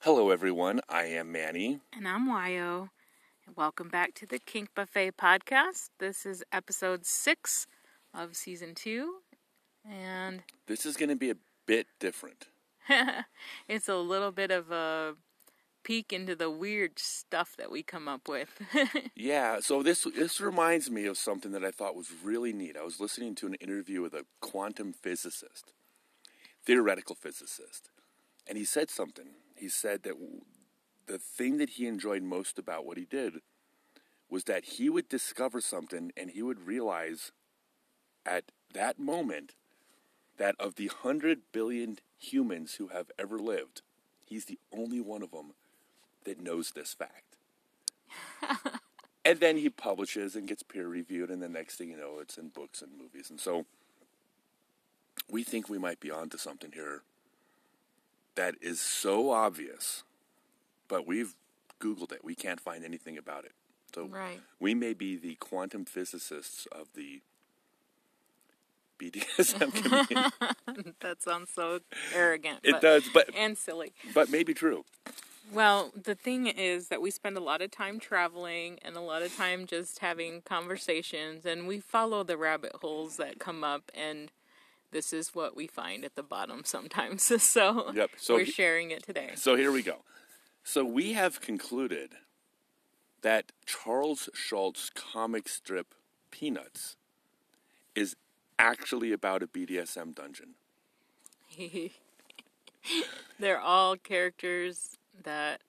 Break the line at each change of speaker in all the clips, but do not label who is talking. Hello, everyone. I am Manny.
And I'm Wayo. And Welcome back to the Kink Buffet podcast. This is episode six of season two, and
This is going to be a bit different.
it's a little bit of a peek into the weird stuff that we come up with.
Yeah, so this this reminds me of something that I thought was really neat. I was listening to an interview with a quantum physicist, theoretical physicist, and he said something. He said that w- the thing that he enjoyed most about what he did was that he would discover something and he would realize at that moment that of the 100 billion humans who have ever lived, he's the only one of them that knows this fact. And then he publishes and gets peer reviewed, and the next thing you know, it's in books and movies. And so we think we might be onto something here that is so obvious, but we've Googled it. We can't find anything about it. So
Right.
we may be the quantum physicists of the BDSM community.
that sounds so arrogant.
it
but-
does, but,
And silly.
but maybe true.
Well, the thing is that we spend a lot of time traveling and a lot of time just having conversations, and we follow the rabbit holes that come up, and this is what we find at the bottom sometimes. so,
Yep, so
we're
he-
sharing it today.
So here we go. So we have concluded that Charles Schultz comic strip Peanuts is actually about a BDSM dungeon.
They're all characters that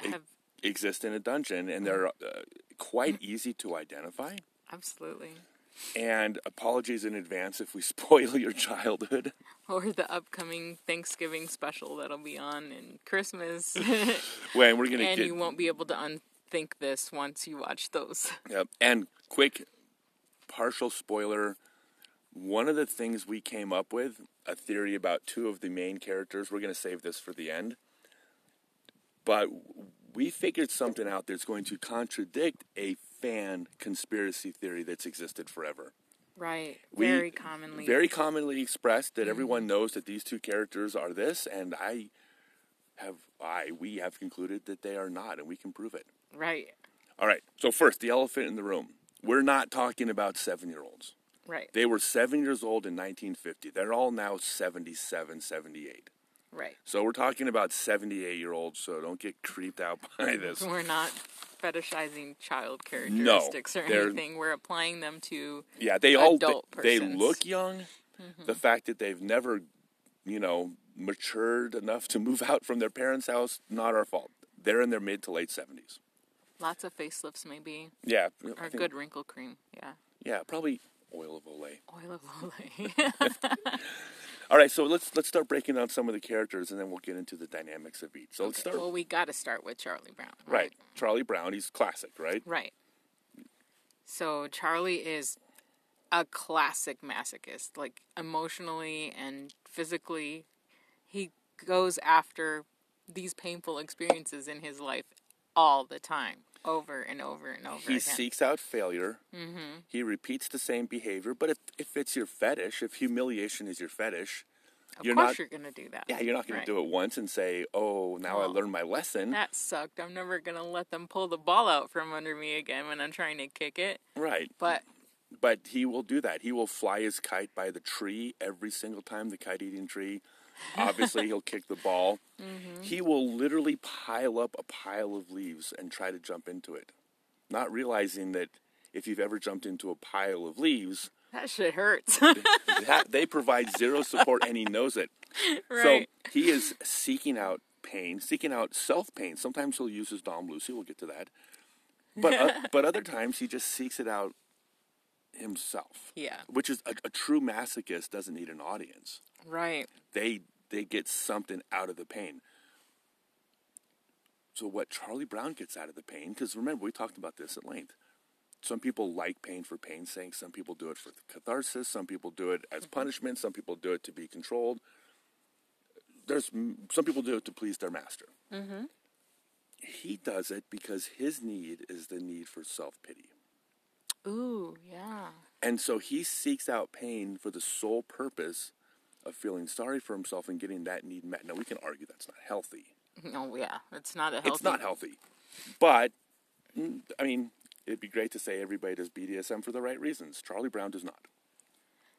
have
Exist in a dungeon, and they're uh,
Mm.
quite easy to identify.
absolutely,
And apologies in advance if we spoil your childhood.
or the upcoming Thanksgiving special that'll be on and Christmas,
When we're gonna
and
get
you won't be able to unthink this once you watch those.
Yep. And quick partial spoiler one of the things we came up with, a theory about two of the main characters, we're going to save this for the end. But we figured something out that's going to contradict a fan conspiracy theory that's existed forever.
Right,
We-
very commonly.
Very commonly expressed that everyone knows that these two characters are this, and I have, I, we have concluded that they are not, and we can prove it.
Right,
All right. So first, the elephant in the room. We're not talking about seven-year-olds.
right,
They were seven years old in 1950. They're all now 77, 78.
right.
So we're talking about 78-year-olds. So don't get creeped out by this.
We're not fetishizing child
No,
characteristics or
they're-
anything. We're applying them to
Yeah, they all they,
Adult
they
persons. Mm-hmm.
look young. The fact that they've never, you know, matured enough to move out from their parents' house, not our fault. They're in their mid to late 70s.
lots of facelifts, maybe,
Yeah, I
or
think-
good wrinkle cream. Yeah,
Yeah, probably oil of Olay.
oil of Olay.
All right, so let's let's start breaking down some of the characters, and then we'll get into the dynamics of each. So let's start.
well, we got to start with Charlie Brown.
right, Charlie Brown. He's classic, right?
Right. So Charlie is a classic masochist, like emotionally and physically. He goes after these painful experiences in his life all the time, over and over and over
He
again.
seeks out failure. Mm-hmm. He repeats the same behavior, but if if it's your fetish, if humiliation is your fetish,
of
you're
course,
not.
you're gonna do that.
yeah, you're not going to do it Hmm? once and say, "Oh, now I
No.
learned my lesson."
That sucked. I'm never gonna let them pull the ball out from under me again when I'm trying to kick it.
right,
But
but he will do that. He will fly his kite by the tree every single time, the kite eating tree. Obviously, he'll kick the ball. He will literally pile up a pile of leaves and try to jump into it, not realizing that if you've ever jumped into a pile of leaves,
that shit hurts.
that, they provide zero support and he knows it.
Right.
So he is seeking out pain, seeking out self pain. Sometimes he'll use his Dom Lucy, we'll get to that. But, uh, but other times he just seeks it out himself
yeah.
which is a, a true masochist doesn't need an audience.
Right.
They they get something out of the pain. So what Charlie Brown gets out of the pain, because remember we talked about this at length. Some people like pain for pain's sake. Some people do it for catharsis. Some people do it as punishment. Some people do it to be controlled. There's m- some people do it to please their master. Mm-hmm. He does it because his need is the need for self pity.
Ooh. Yeah.
And so he seeks out pain for the sole purpose of feeling sorry for himself and getting that need met. Now, we can argue that's not healthy.
No, yeah, it's not a healthy.
It's not healthy. But, mm, I mean, it'd be great to say everybody does BDSM for the right reasons. Charlie Brown does not.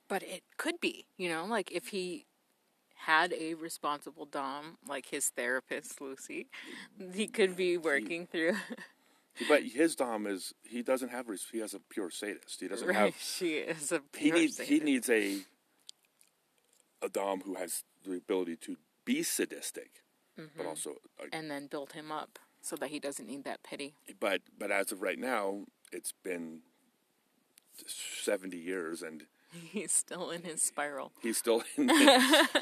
But it could be, you know, like if he had a responsible dom, like his therapist Lucy, he could be working through.
But his Dom is, he doesn't have, res- he has a pure sadist. He doesn't
right,
have
she is a.
he
pure
needs he
sadist.
needs a a dom who has the ability to be sadistic, but
Mm-hmm.
also like,
and then build him up so that he doesn't need that pity.
but but as of right now, it's been seventy years, and
He's still in his spiral.
he's still in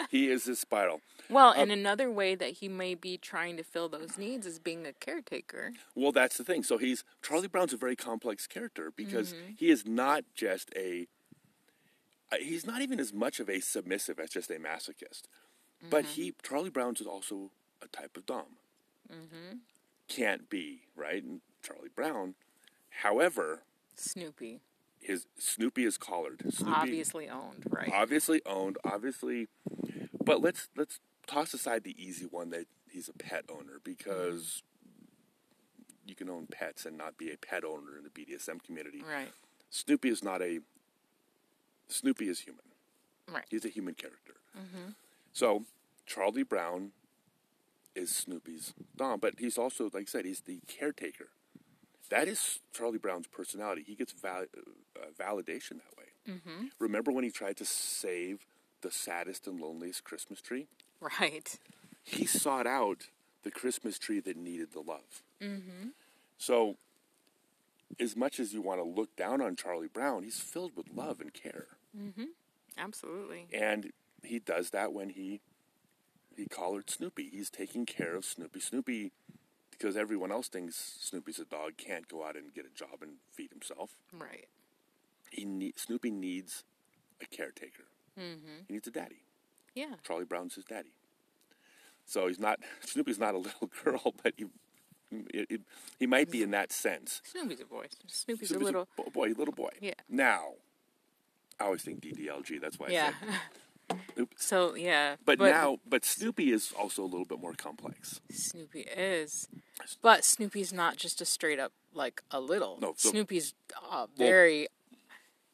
he is his spiral.
Well,
uh
and another way that he may be trying to fill those needs is being a caretaker.
Well, that's the thing. So he's Charlie Brown's a very complex character because he is not just a. uh, He's not even as much of a submissive as just a masochist, but he Charlie Brown's is also a type of dom. Can't be right, and Charlie Brown. However,
Snoopy,
his Snoopy is collared. Snoopy,
obviously owned, right?
obviously owned, obviously. But let's let's toss aside the easy one that he's a pet owner because you can own pets and not be a pet owner in the BDSM community.
right,
Snoopy is not a Snoopy is human.
right.
He's a human character. So Charlie Brown is Snoopy's dom, but he's also, like I said, he's the caretaker. That is Charlie Brown's personality. He gets val- uh, validation that way. Remember when he tried to save the saddest and loneliest Christmas tree?
Right.
He sought out the Christmas tree that needed the love. So, as much as you want to look down on Charlie Brown, he's filled with love and care
Absolutely.
and he does that when he he collared Snoopy. He's taking care of Snoopy. Snoopy, because everyone else thinks Snoopy's a dog, can't go out and get a job and feed himself.
Right.
He need, Snoopy needs a caretaker. Mm-hmm. He needs a daddy.
Yeah.
Charlie Brown's his daddy. So he's not Snoopy's not a little girl, but he it, it, he might be in that sense.
Snoopy's a boy. Snoopy's, a
Snoopy's
little.
bo- boy, little boy.
Yeah.
Now, I always think DDLG. That's why I
yeah.
said Oops.
so yeah.
But, now, but Snoopy is also a little bit more complex.
Snoopy is. But Snoopy's not just a straight up like a little.
No, so-
Snoopy's uh, very,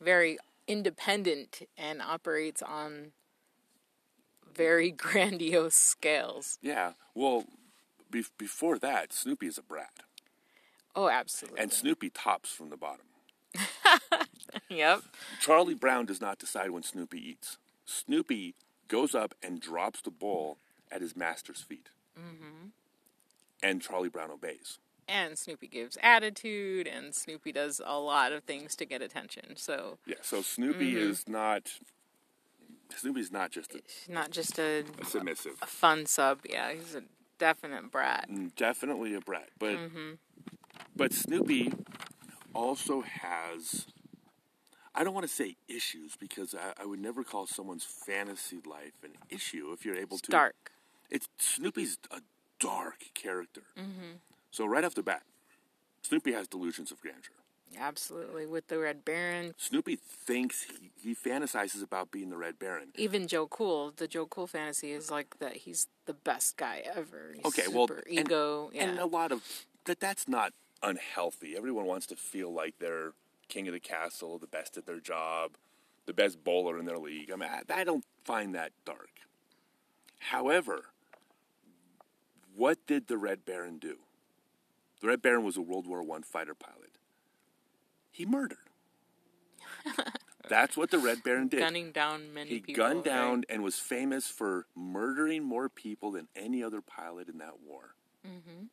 very independent and operates on very grandiose scales.
Yeah. Well, be- before that, Snoopy is a brat,
Oh, absolutely.
and Snoopy tops from the bottom.
yep.
Charlie Brown does not decide when Snoopy eats. Snoopy goes up and drops the bowl at his master's feet, mm-hmm. and Charlie Brown obeys.
And Snoopy gives attitude, and Snoopy does a lot of things to get attention. So
Yeah. So Snoopy is not. Snoopy's not just a,
she's not just a
a submissive.
fun sub. Yeah, he's a definite brat.
Mm, definitely a brat, but but Snoopy also has. I don't want to say issues because I, I would never call someone's fantasy life an issue if you're able
It's
to.
dark.
It's Snoopy's a dark character. So right off the bat, Snoopy has delusions of grandeur.
Absolutely. With the Red Baron,
Snoopy thinks he, he fantasizes about being the Red Baron.
even Joe Cool, the Joe Cool fantasy is like that he's the best guy ever. He's
Okay,
super
well, and-
ego. yeah.
and a lot of that that's not unhealthy everyone wants to feel like they're king of the castle the best at their job the best bowler in their league i mean i, I don't find that dark however what did the red baron do the red baron was a world war one fighter pilot he murdered that's what the red baron did
gunning down many
he
people.
gunned down
right?
and was famous for murdering more people than any other pilot in that war.
Mm-hmm.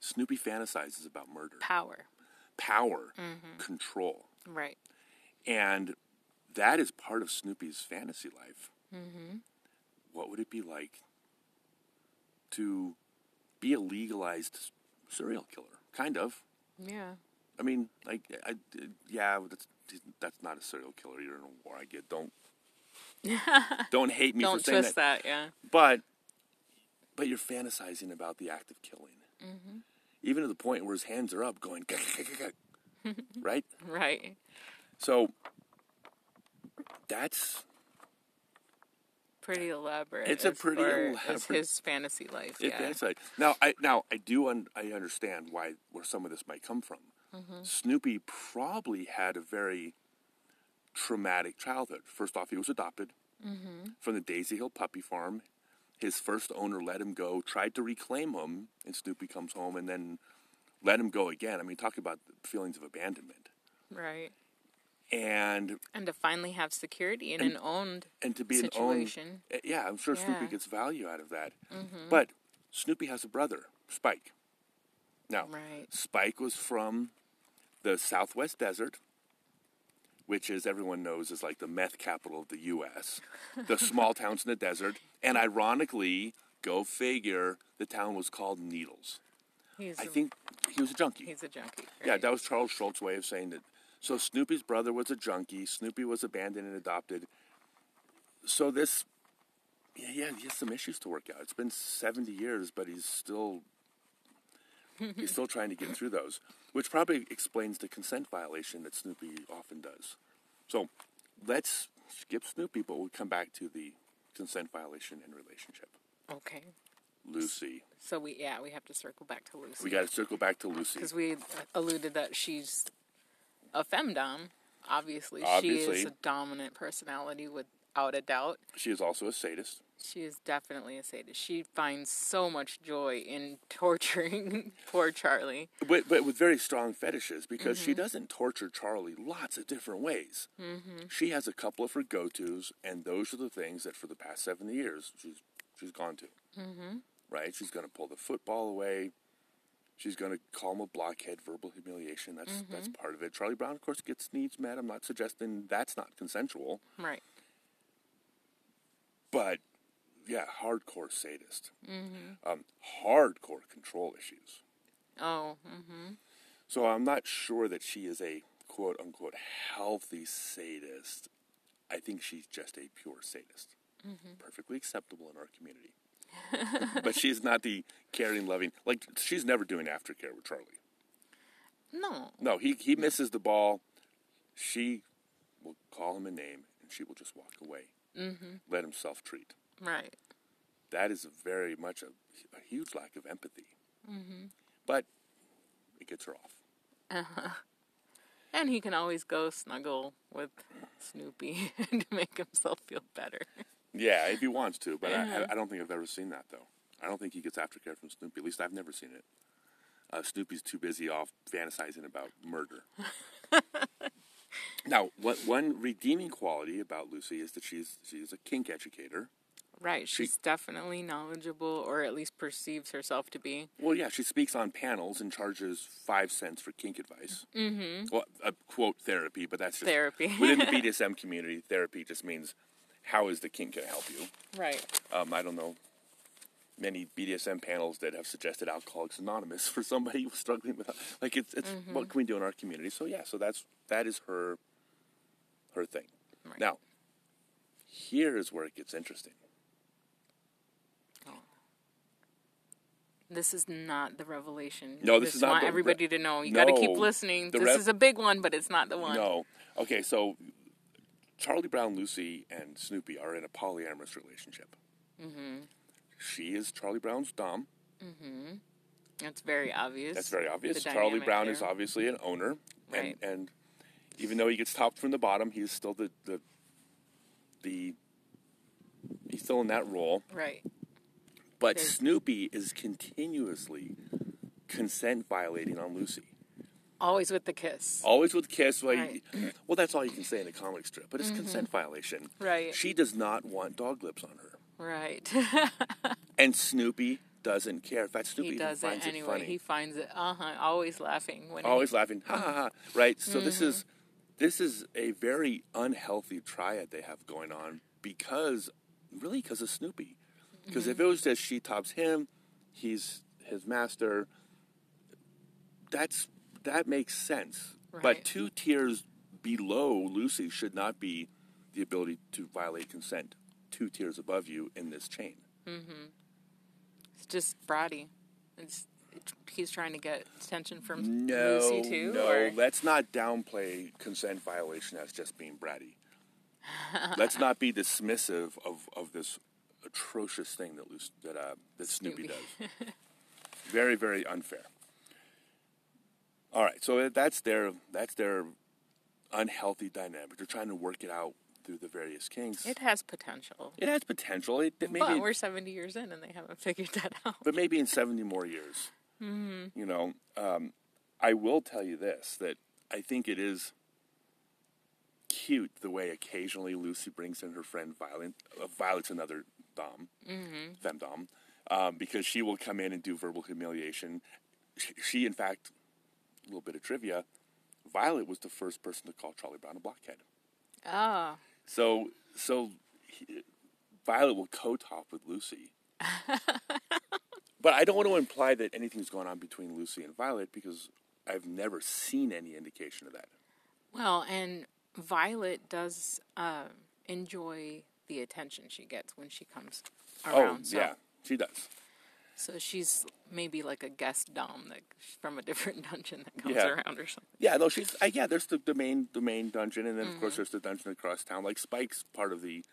Snoopy fantasizes about murder,
power.
power,
Mm-hmm.
control.
Right.
And that is part of Snoopy's fantasy life.
Mm-hmm.
What would it be like to be a legalized serial killer? Kind of.
Yeah.
I mean, like, I, I- yeah, but that's that's not a serial killer. You're in a war. I get don't don't hate me
Don't
for saying
twist that. Yeah.
but but you're fantasizing about the act of killing, even to the point where his hands are up, going, right?
Right.
So that's
pretty elaborate.
It's a
as
pretty
far as
elaborate-
his fantasy life.
It-
yeah.
that's right. Now, I now I do un, I understand why where some of this might come from.
Mm-hmm.
Snoopy probably had a very traumatic childhood. First off, he was adopted
Mm-hmm.
from the Daisy Hill Puppy Farm. His first owner let him go, tried to reclaim him, and Snoopy comes home and then let him go again. I mean, talk about feelings of abandonment.
Right.
And
And to finally have security in an owned
and to be
situation.
an own. eh, Yeah, I'm sure Snoopy
Yeah. Mm-hmm.
gets value out of that. But Snoopy has a brother, Spike. Now,
Right.
Spike was from the Southwest Desert, which, as everyone knows, is like the meth capital of the U.S. the small towns in the desert, and ironically, go figure, the town was called Needles.
He's
I
a-
think he was a junkie.
he's a junkie.
Yeah,
right.
that was Charles Schultz's way of saying that. So Snoopy's brother was a junkie. Snoopy was abandoned and adopted. So this, yeah, yeah, he has some issues to work out. It's been seventy years, but he's still he's still trying to get through those, which probably explains the consent violation that Snoopy often does. So let's skip Snoopy, but we'll come back to the consent violation in relationship.
Okay.
Lucy,
So we yeah, we have to circle back to Lucy.
we got to circle back to Lucy.
because we alluded that she's a femdom. Obviously, she
Obviously.
is a dominant personality without a doubt.
She is also a sadist.
She is definitely a sadist. She finds so much joy in torturing poor Charlie.
but but with very strong fetishes because she doesn't torture Charlie lots of different ways. She has a couple of her go-tos, and those are the things that for the past seventy years she's she's gone to. Mm-hmm. Right? She's going to pull the football away. She's going to call him a blockhead, verbal humiliation. That's that's part of it. Charlie Brown, of course, gets needs met. I'm not suggesting that's not consensual,
Right.
but yeah, hardcore sadist, um, hardcore control issues.
Oh, mhm.
So I'm not sure that she is a quote unquote healthy sadist. I think she's just a pure sadist. Perfectly acceptable in our community. but she's not the caring, loving. Like, she's never doing aftercare with Charlie.
no.
No, he, he misses the ball. She will call him a name and she will just walk away. Mm-hmm. Let him self treat.
Right.
That is very much a, a huge lack of empathy. Mm-hmm. But it gets her off.
And he can always go snuggle with Snoopy to make himself feel better.
Yeah, if he wants to, but I, I don't think I've ever seen that though. I don't think he gets aftercare from Snoopy. At least I've never seen it. Uh, Snoopy's too busy off fantasizing about murder. now, what one redeeming quality about Lucy is that she's she's a kink educator.
Right. She's definitely knowledgeable, or at least perceives herself to be.
Well, yeah, she speaks on panels and charges five cents for kink advice. Mm-hmm. Well, uh, quote therapy, but that's just
Therapy.
within the BDSM community. Therapy just means how is the kink going to help you?
Right.
um, I don't know, many BDSM panels that have suggested Alcoholics Anonymous for somebody who's struggling with like it's it's what can we do in our community? So yeah, so that's that is her her thing.
Right.
Now, here is where it gets interesting.
This is not the revelation.
No, this
Just
is not
want
the re-
everybody to know. You got to keep
No.
listening.
The
this
rev-
is a big one, but it's not the one.
No, okay, so Charlie Brown, Lucy, and Snoopy are in a polyamorous relationship. She is Charlie Brown's dom.
It's very obvious.
That's very obvious.
the
Charlie
dynamic
Brown
there.
is obviously an owner,
Right.
and and even though he gets topped from the bottom, he's still the the the he's still in that role.
Right.
But
There's-
Snoopy is continuously consent violating on Lucy,
Always with the kiss.
always with kiss. Well,
Right. Mm-hmm.
you- well, that's all you can say in a comic strip, but it's consent violation.
Right.
She does not want dog lips on her,
Right.
and Snoopy doesn't care. In fact, Snoopy
he
even
does
finds
it
it
anyway.
funny.
he finds it. Uh huh. Always laughing when.
always laughing ha ha ha right so this is this is a very unhealthy triad they have going on because really because of snoopy because if it was just she tops him he's his master that's that makes sense
Right.
but two tiers below lucy should not be the ability to violate consent two tiers above you in this chain
He, it's just bratty. It's, it's he's trying to get attention from
no
Lucy too.
no
or-
let's not downplay consent violation as just being bratty Let's not be dismissive of, of this atrocious thing that Luce, that uh, that Snoopy, does. very very unfair. All right, so that's their that's their unhealthy dynamic. They're trying to work it out through the various kinks.
It has potential.
It has potential. It, it
but
maybe,
we're 70 years in and they haven't figured that out.
but maybe in seventy more years, you know, um, I will tell you this: that I think it is cute the way occasionally Lucy brings in her friend Violet. Uh, Violet's another dom, femdom, um, because she will come in and do verbal humiliation. She, she, in fact, a little bit of trivia: Violet was the first person to call Charlie Brown a blockhead.
Oh,
So so he, Violet will co-top with Lucy. but I don't want to imply that anything's going on between Lucy and Violet because I've never seen any indication of that.
well, and Violet does um, enjoy the attention she gets when she comes around.
oh,
so,
yeah, she does.
So she's maybe like a guest dom that from a different dungeon that comes
Yeah.
around or something.
Yeah, no, she's uh, yeah. There's the, the main the main dungeon, and then of
Mm-hmm.
course there's the dungeon across town. Like Spike's part of the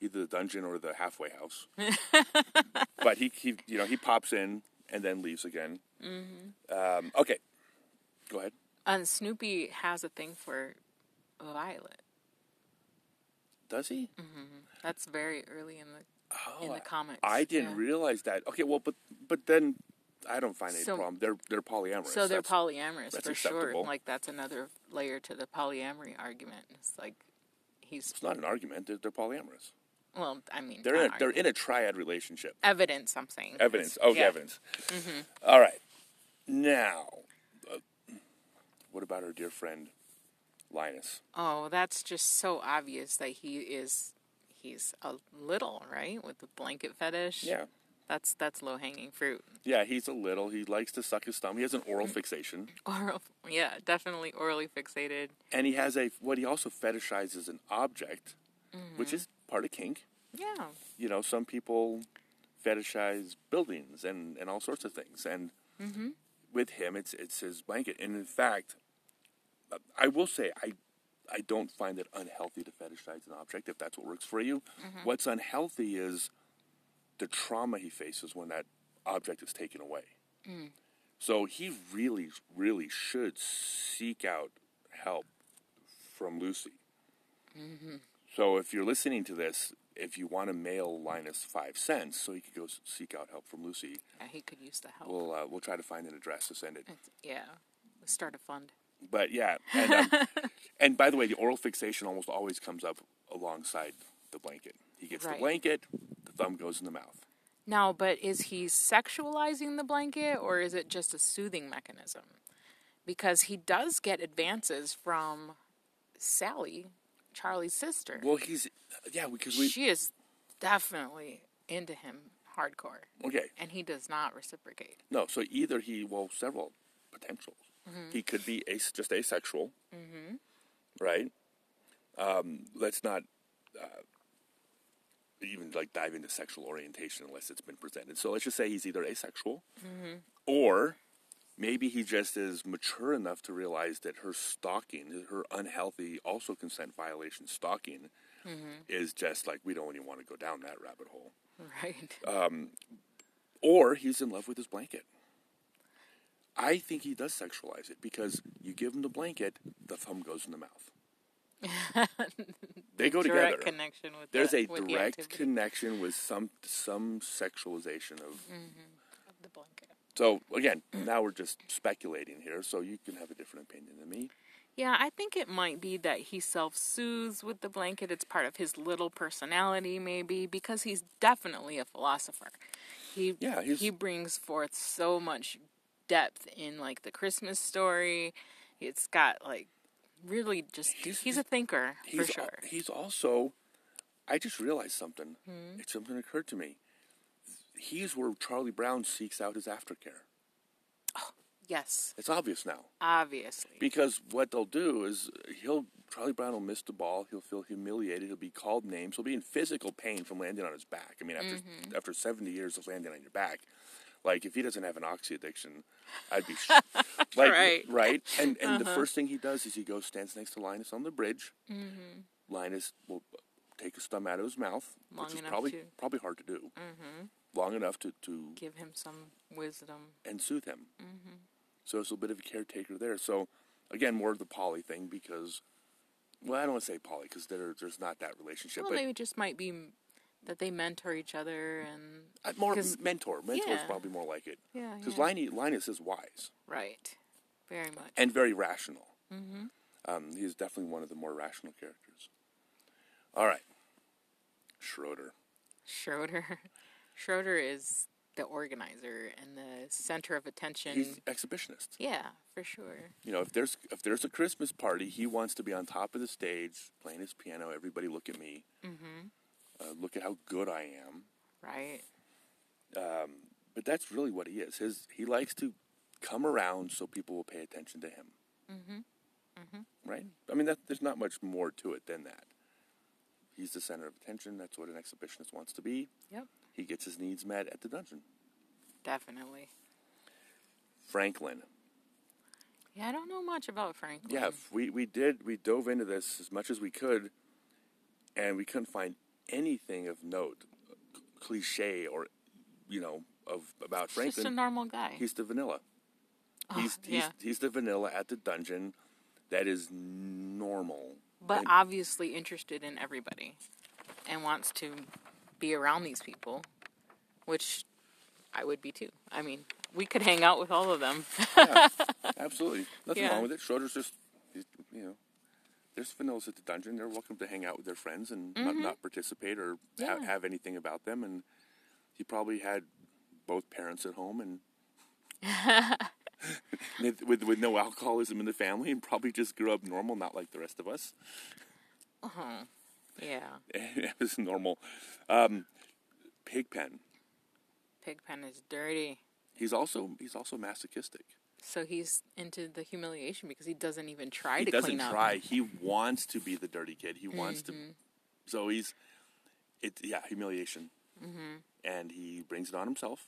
either the dungeon or the halfway house. but he, he you know he pops in and then leaves again. Mm-hmm. Um, okay, go ahead.
And Snoopy has a thing for Violet.
Does he?
That's very early in the in the comics.
Oh, I didn't
Yeah.
realize that. Okay, well, but but then I don't find any
So-
problem. They're they're polyamorous.
So they're
That's-
polyamorous
that's
for
acceptable.
sure. Like that's another layer to the polyamory argument. It's like he's
It's not an argument. They're, they're polyamorous.
well, I mean,
They're
not
in a, they're
argument.
in a triad relationship.
evidence. I'm saying
Evidence.
It's-
Oh,
yeah. Mm-hmm.
evidence. All right. Now, uh, what about our dear friend Linus?
Oh, that's just so obvious that he is he's a little right with the blanket fetish.
Yeah.
that's that's low hanging fruit.
Yeah, he's a little. He likes to suck his thumb. He has an
Mm-hmm.
oral fixation,
Oral, yeah, definitely orally fixated.
and he has a what he also fetishizes an object,
Mm-hmm.
which is part of kink.
Yeah,
you know, some people fetishize buildings and, and all sorts of things. And with him, it's it's his blanket. And in fact, uh, I will say I I don't find it unhealthy to fetishize an object if that's what works for you. What's unhealthy is the trauma he faces when that object is taken away. So he really, really should seek out help from Lucy. So if you're listening to this, if you want to mail Linus five cents so he could go s- seek out help from Lucy,
yeah he could use the help.
we'll uh, we'll try to find an address to send it.
It's- yeah, start a fund.
But yeah, and, um, and by the way, the oral fixation almost always comes up alongside the blanket. He gets
Right.
the blanket, the thumb goes in the mouth.
Now, but is he sexualizing the blanket or is it just a soothing mechanism? Because he does get advances from Sally, Charlie's sister.
Well, he's yeah because we
she is definitely into him hardcore,
okay
and he does not reciprocate.
no so either he well several potentials. He could be as, just asexual, right? Um, let's not uh, even like dive into sexual orientation unless it's been presented. So let's just say he's either asexual or maybe he just is mature enough to realize that her stalking, her unhealthy, also consent violation stalking, is just like we don't even want to go down that rabbit hole.
Right.
Or he's in love with his blanket. I think he does sexualize it because you give him the blanket, the thumb goes in the mouth. they go
direct
together.
connection with
There's
the,
a
with the
direct
activity
connection with some some sexualization of.
Mm. of the blanket.
So again, now we're just speculating here. So you can have a different opinion than me.
Yeah, I think it might be that he self soothes with the blanket. It's part of his little personality, maybe, because he's definitely a philosopher. He
Yeah, he's-
he brings forth so much depth in like the Christmas story. It's got like really just
He's-
he's, a thinker
He's
for
al-
sure.
he's also. I just realized something.
Hmm?
It something occurred to me. He's where Charlie Brown seeks out his aftercare.
yes,
It's obvious now
obviously.
because what they'll do is he'll Charlie Brown will miss the ball. He'll feel humiliated. He'll be called names. He'll be in physical pain from landing on his back. I mean, after
Mm-hmm.
after seventy years of landing on your back, like if he doesn't have an oxy addiction, I'd be sh- like
Right. Uh-huh. Mm-hmm.
right. And and the first thing he does is he goes stands next to Linus on the bridge, Linus will take his thumb out of his mouth,
Long
which is
enough
probably
to- Mm-hmm.
probably hard to do. Long enough to, to
Give him some wisdom.
and soothe him.
Mm-hmm.
So it's a bit of a caretaker there. So again, more of the Polly thing because, well, I don't want to say Polly because there, there's not that relationship,
Well,
but
maybe it just might be m- that they mentor each other and
uh, more
'cause-
mentor. Mentor is
yeah.
probably more like it.
Yeah,
Because
yeah.
Linus is wise
right, very much.
and very rational. Mm-hmm. Um, he's definitely one of the more rational characters. All right, Schroeder.
Schroeder, Schroeder is the organizer and the center of attention.
He's exhibitionist.
yeah, for sure.
You know, if there's if there's a Christmas party, he wants to be on top of the stage playing his piano. Everybody, look at me. Mm-hmm. Uh, look at how good I am.
Right.
but that's really what he is. His he likes to come around so people will pay attention to him. Mm-hmm. Mm-hmm. Right. I mean, that, there's not much more to it than that. He's the center of attention. That's what an exhibitionist wants to be.
Yep.
He gets his needs met at the dungeon.
Definitely.
Franklin.
Yeah, I don't know much about Franklin.
Yeah, f- we we did we dove into this as much as we could, and we couldn't find anything of note, c- cliche or, you know, of about
He's just a
Franklin.
normal guy.
He's the vanilla. he's he's,
yeah.
he's the vanilla at the dungeon that is normal.
but
And-
obviously interested in everybody and wants to be around these people, which I would be too. I mean, we could hang out with all of them.
absolutely nothing
Yeah.
wrong with it. Schroeder's just he's, you know, there's vanillas at the dungeon. They're welcome to hang out with their friends and not, not participate or ha-
Mm-hmm. Yeah.
have anything about them. And he probably had both parents at home and. with, with with no alcoholism in the family, and probably just grew up normal, not like the rest of us.
yeah.
it was normal. Um, Pigpen.
Pigpen is dirty.
He's also he's also masochistic.
So he's into the humiliation because he doesn't even try
He
to
doesn't
clean up. Mm-hmm.
try. He wants to be the dirty kid. He wants to. So he's, it yeah humiliation,
Mm-hmm.
and he brings it on himself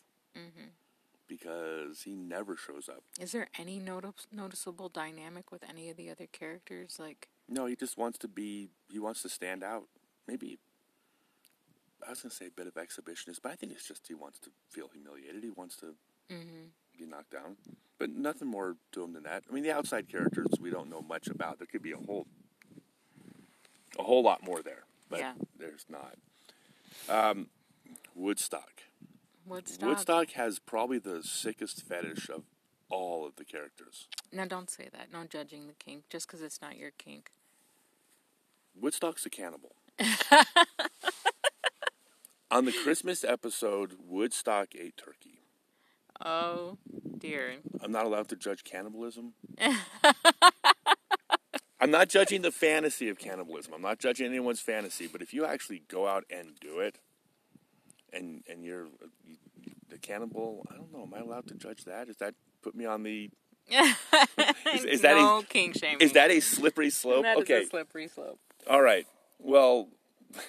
because he never shows up.
Is there any notice- noticeable dynamic with any of the other characters? Like,
No, he just wants to be. He wants to stand out. Maybe I was gonna say a bit of exhibitionist, but I think it's just he wants to feel humiliated. He wants to
Mm-hmm.
be knocked down, but nothing more to him than that. I mean, the outside characters we don't know much about. There could be a whole, a whole lot more there, but
Yeah.
there's not. Um, Woodstock.
Woodstock.
Woodstock has probably the sickest fetish of all of the characters.
Now, don't say that. No judging the kink just because it's not your kink.
Woodstock's a cannibal. On the Christmas episode, Woodstock ate turkey.
Oh, dear.
I'm not allowed to judge cannibalism. I'm not judging the fantasy of cannibalism. I'm not judging anyone's fantasy, but if you actually go out and do it, and and you're uh, you, the cannibal, I don't know. Am I allowed to judge that? Is that put me on the? is, is that
no kink shaming.
a is that a slippery slope?
That is
okay,
a slippery slope.
All right. Well,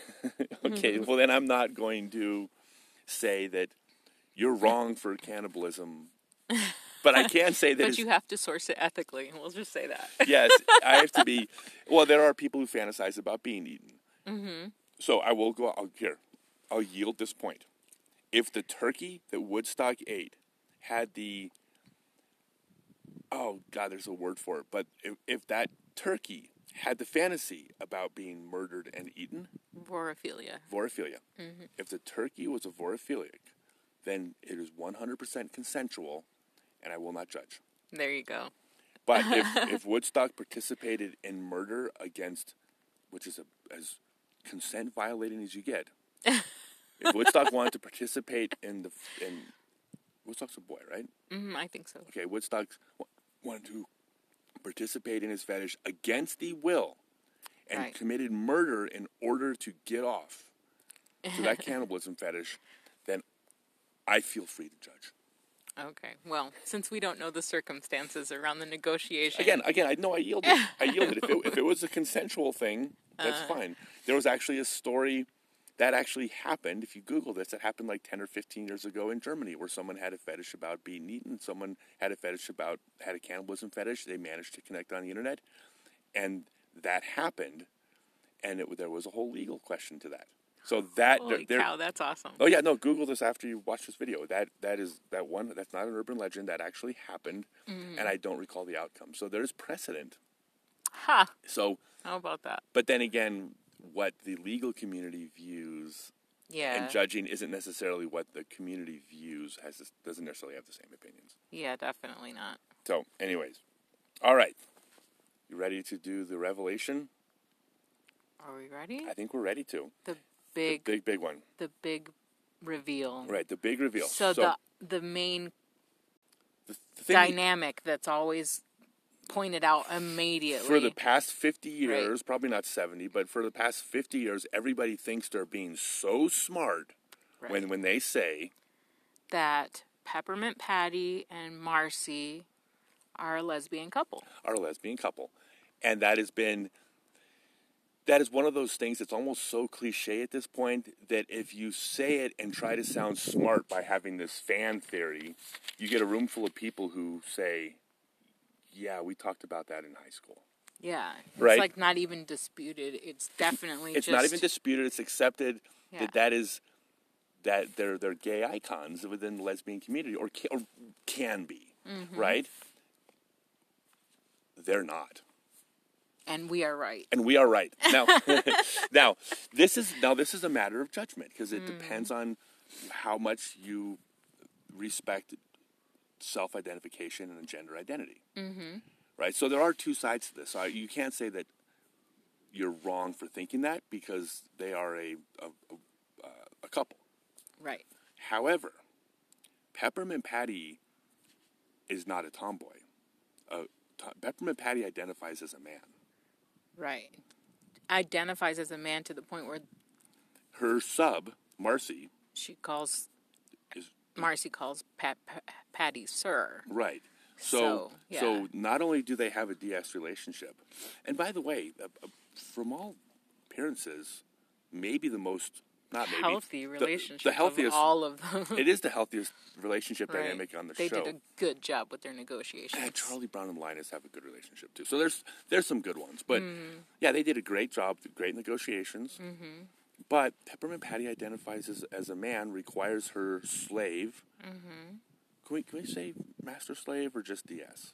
okay. Well, then I'm not going to say that you're wrong for cannibalism, but I can say that.
But
it's-
you have to source it ethically. We'll just say that.
yes, I have to be. Well, there are people who fantasize about being eaten. Mm-hmm. So I will go I'll, here. I'll yield this point. If the turkey that Woodstock ate had the oh god, there's a word for it, but if, if that turkey had the fantasy about being murdered and eaten,
Vorophilia.
vorophilia. If the turkey was a vorophiliac, then it is 100% consensual, and I will not judge.
There you go.
But if, if Woodstock participated in murder against, which is a, as consent violating as you get, if Woodstock wanted to participate in the in Woodstock's a boy, right?
Mm, I think so.
Okay, Woodstock wa- wanted to participate in his fetish against the will and
Right.
committed murder in order to get off to that cannibalism fetish, then I feel free to judge.
Okay. Well, since we don't know the circumstances around the negotiation,
Again, again, I know I yielded. I yielded. If it, if it was a consensual thing, that's fine. There was actually a story that actually happened. If you Google this, it happened like ten or fifteen years ago in Germany, where someone had a fetish about being eaten. Someone had a fetish about had a cannibalism fetish. They managed to connect on the internet, and that happened. and it, there was a whole legal question to that. So that
Holy
there-
cow, that's awesome.
Oh yeah, no. Google this after you watch this video. That that is that one. That's not an urban legend. That actually happened,
Mm.
and I don't recall the outcome. So there's precedent.
Ha!
So,
How about that?
but then again, what the legal community views
Yeah.
and judging isn't necessarily what the community views has this, doesn't necessarily have the same opinions.
yeah, definitely not.
So, anyways, all right. You ready to do the revelation?
Are we ready?
I think we're ready to.
The big,
Big, big one.
the big reveal.
Right, the big reveal.
So, the the main
the, the thing
dynamic that's always pointed out immediately.
for the past 50 years, probably not 70, but for the past 50 years, everybody thinks they're being so smart
Right.
when, when they say,
that Peppermint Patty and Marcy are a lesbian couple.
are a lesbian couple. And that has been that is one of those things that's almost so cliche at this point that if you say it and try to sound smart by having this fan theory, you get a room full of people who say, Yeah, we talked about that in high school.
Yeah.
Right.
It's like not even disputed. It's definitely
It's
just
not even disputed, it's accepted
Yeah.
that that is that they're they're gay icons within the lesbian community or can, or can be,
Mm-hmm.
right? They're not.
and we are right.
and we are right now now this is now this is a matter of judgment because it depends on how much you respect self-identification and gender identity mm-hmm. right so there are two sides to this I, you can't say that you're wrong for thinking that because they are a a, a, uh, a couple
Right.
however peppermint patty is not a tomboy uh, to- peppermint patty identifies as a man
Right. Identifies as a man to the point where
her sub marcy
she calls
is
Marcy calls Pat, Pat, Patty sir.
right. So, so,
So, yeah.
not only do they have a DS relationship, and by the way, uh, uh, from all appearances, maybe the most not maybe
Healthy
the-
relationship.
The, healthiest.
Of all of them.
it is the healthiest relationship
Right.
dynamic on the
they
show.
did a good job with their
Yeah,
negotiations.
Charlie Brown and Linus have a good relationship too. So there's there's some good ones, but
Mm-hmm.
yeah, they did a great job, great negotiations. But Peppermint Patty identifies as, as a man, requires her slave.
Mm-hmm.
Can we can we say master slave or just DS?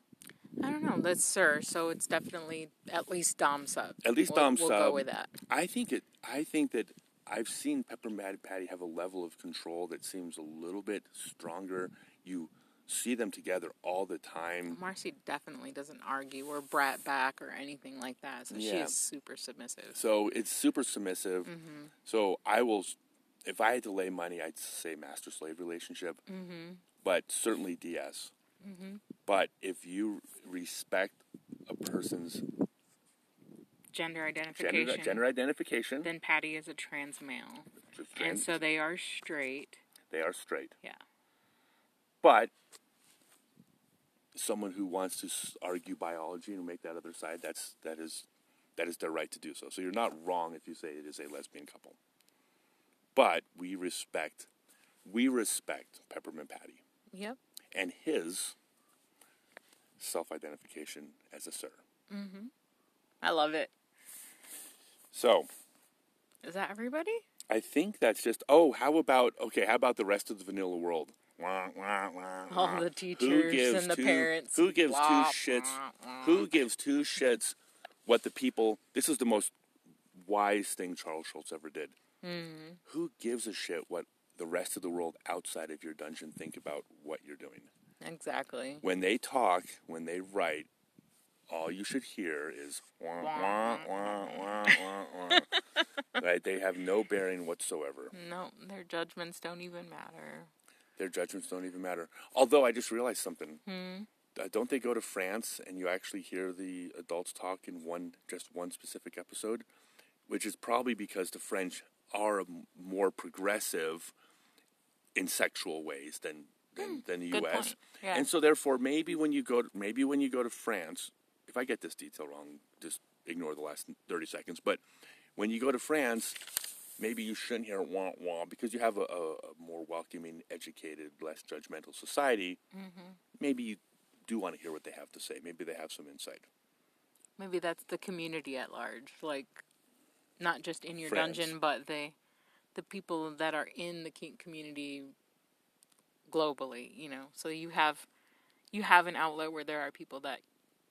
I don't know. That's sir, so it's definitely at least Dom sub.
At least
we'll,
Dom
we'll
sub.
go with that.
I think it. I think that I've seen Peppermint Patty have a level of control that seems a little bit stronger. You see them together all the time.
Marcy definitely doesn't argue or brat back or anything like that. So she
Yeah.
is super submissive.
So it's super submissive.
Mm-hmm.
So I will, s- if I had to lay money, I'd say master slave relationship,
Mm-hmm.
but certainly DS. But if you respect a person's
Gender identification.
gender, gender identification,
Then Patty is a trans male.
just
And
trans-
so they are straight.
they are straight.
Yeah.
But someone who wants to s- argue biology and make that other side, that's that is that is their right to do so. So you're not wrong if you say it is a lesbian couple. But we respect we respect Peppermint Patty
Yep.
and his self-identification as a sir.
I love it.
So
Is that everybody?
I think that's just. Oh, how about okay? How about the rest of the vanilla world? Wah, wah, wah,
All
wah.
the
Who
teachers
gives
and the
two-
parents.
Who gives
Wah,
two shits? Who gives two shits? What the people? This is the most wise thing Charles Schultz ever did.
Hmm.
Who gives a shit what the rest of the world outside of your dungeon think about what you're doing?
Exactly.
When they talk, when they write, all you should hear is wah, wah, wah, wah, wah, wah. right. They have no bearing whatsoever.
No, their judgments don't even matter.
their judgments don't even matter. Although I just realized something. Uh, don't they go to France and you actually hear the adults talk in one just one specific episode, which is probably because the French are m- more progressive in sexual ways than than, than the
Hmm, good
U.S.
point. Yeah.
And so therefore, maybe when you go to, maybe when you go to France, if I get this detail wrong, just ignore the last thirty seconds. But when you go to France, maybe you shouldn't hear wah wah because you have a, a, a more welcoming, educated, less judgmental society.
Mm-hmm.
Maybe you do want to hear what they have to say. Maybe they have some insight.
Maybe that's the community at large. Like not just in your
Friends.
dungeon, but the the people that are in the kink community globally. You know, so you have you have an outlet where there are people that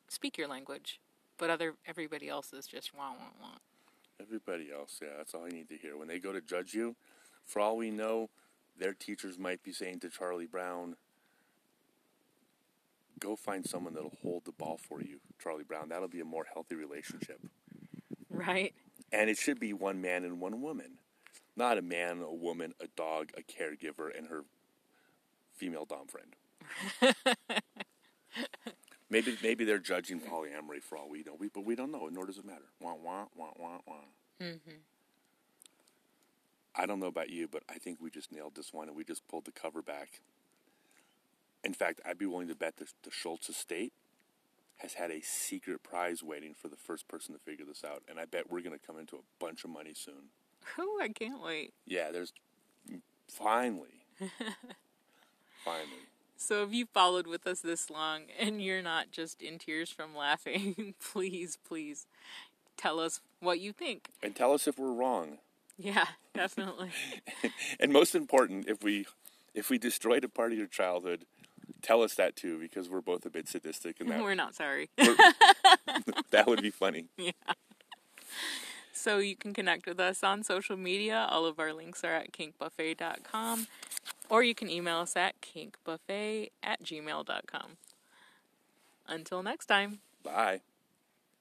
speak your language, but other everybody else is just wah wah wah.
Everybody else, yeah, that's all I need to hear. When they go to judge you, for all we know, their teachers might be saying to Charlie Brown, "Go find someone that'll hold the ball for you, Charlie Brown. That'll be a more healthy relationship."
Right?
And it should be one man and one woman, not a man, a woman, a dog, a caregiver, and her female dom friend. maybe maybe they're judging polyamory for all we know, we, but we don't know, nor does it matter. Wah, wah, wah, wah, wah. I don't know about you, but I think we just nailed this one and we just pulled the cover back. In fact, I'd be willing to bet that the Schultz estate has had a secret prize waiting for the first person to figure this out, and I bet we're going to come into a bunch of money soon.
Ooh, I can't wait.
Yeah, there's finally, finally.
So if you followed with us this long and you're not just in tears from laughing, please, please tell us what you think.
And tell us if we're wrong.
Yeah, definitely.
and most important, if we if we destroyed a part of your childhood, tell us that too, because we're both a bit sadistic, and
We're
that
not sorry.
that would be funny.
So you can connect with us on social media. All of our links are at kinkbuffet.com or you can email us at kinkbuffet at gmail.com. Until next time.
Bye.